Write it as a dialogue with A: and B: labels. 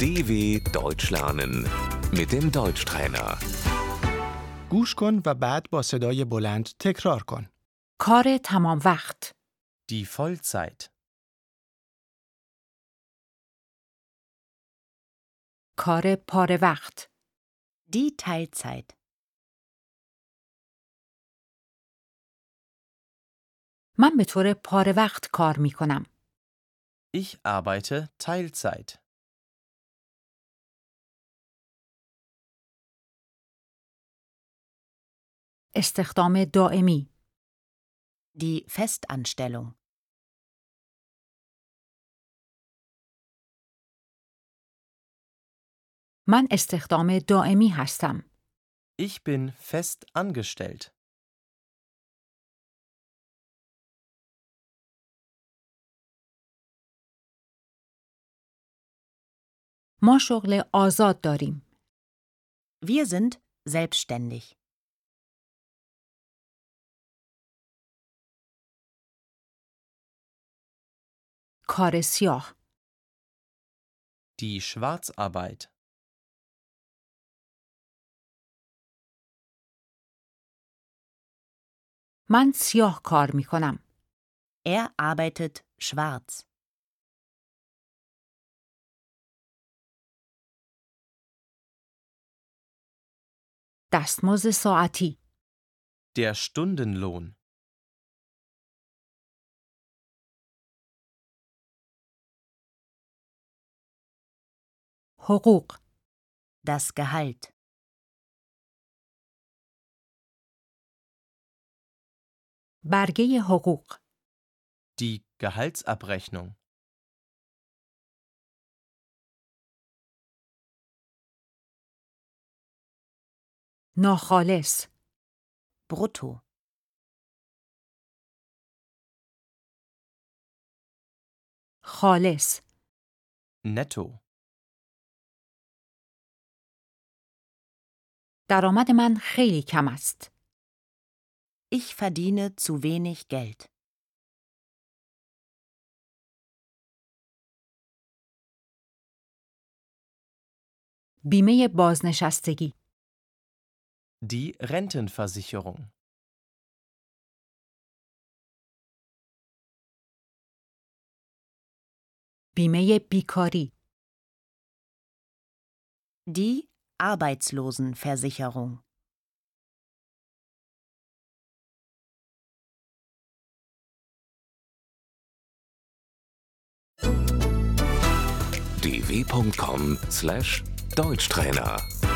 A: DW Deutsch lernen mit dem Deutschtrainer.
B: گوش کن و بعد با صدای بلند تکرار کن.
C: کار تمام وقت
D: Die Vollzeit.
C: کار پاره وقت
E: Die Teilzeit.
C: من به طور پاره وقت کار می کنم.
D: Ich arbeite Teilzeit.
C: استخدام دائمی
E: Die Festanstellung.
C: من استخدام دائمی هستم.
D: Ich bin fest angestellt.
C: ما شغل آزاد داریم.
E: Wir sind selbstständig.
C: کار سیاه
D: Die Schwarzarbeit.
C: من سیاه کار می کنم.
E: Er arbeitet schwarz.
C: دستمزد ساعتی
D: Der Stundenlohn.
C: حقوق
E: Das Gehalt.
C: برگه حقوق
D: Die Gehaltsabrechnung.
C: ناخالص
E: Brutto.
C: خالص
D: Netto.
C: درآمد من خیلی کم است.
E: Ich verdiene zu wenig Geld.
C: بیمه بازنشستگی
D: Die Rentenversicherung.
C: بیمه بیکاری
E: Die Arbeitslosenversicherung.
A: dw.com/deutschtrainer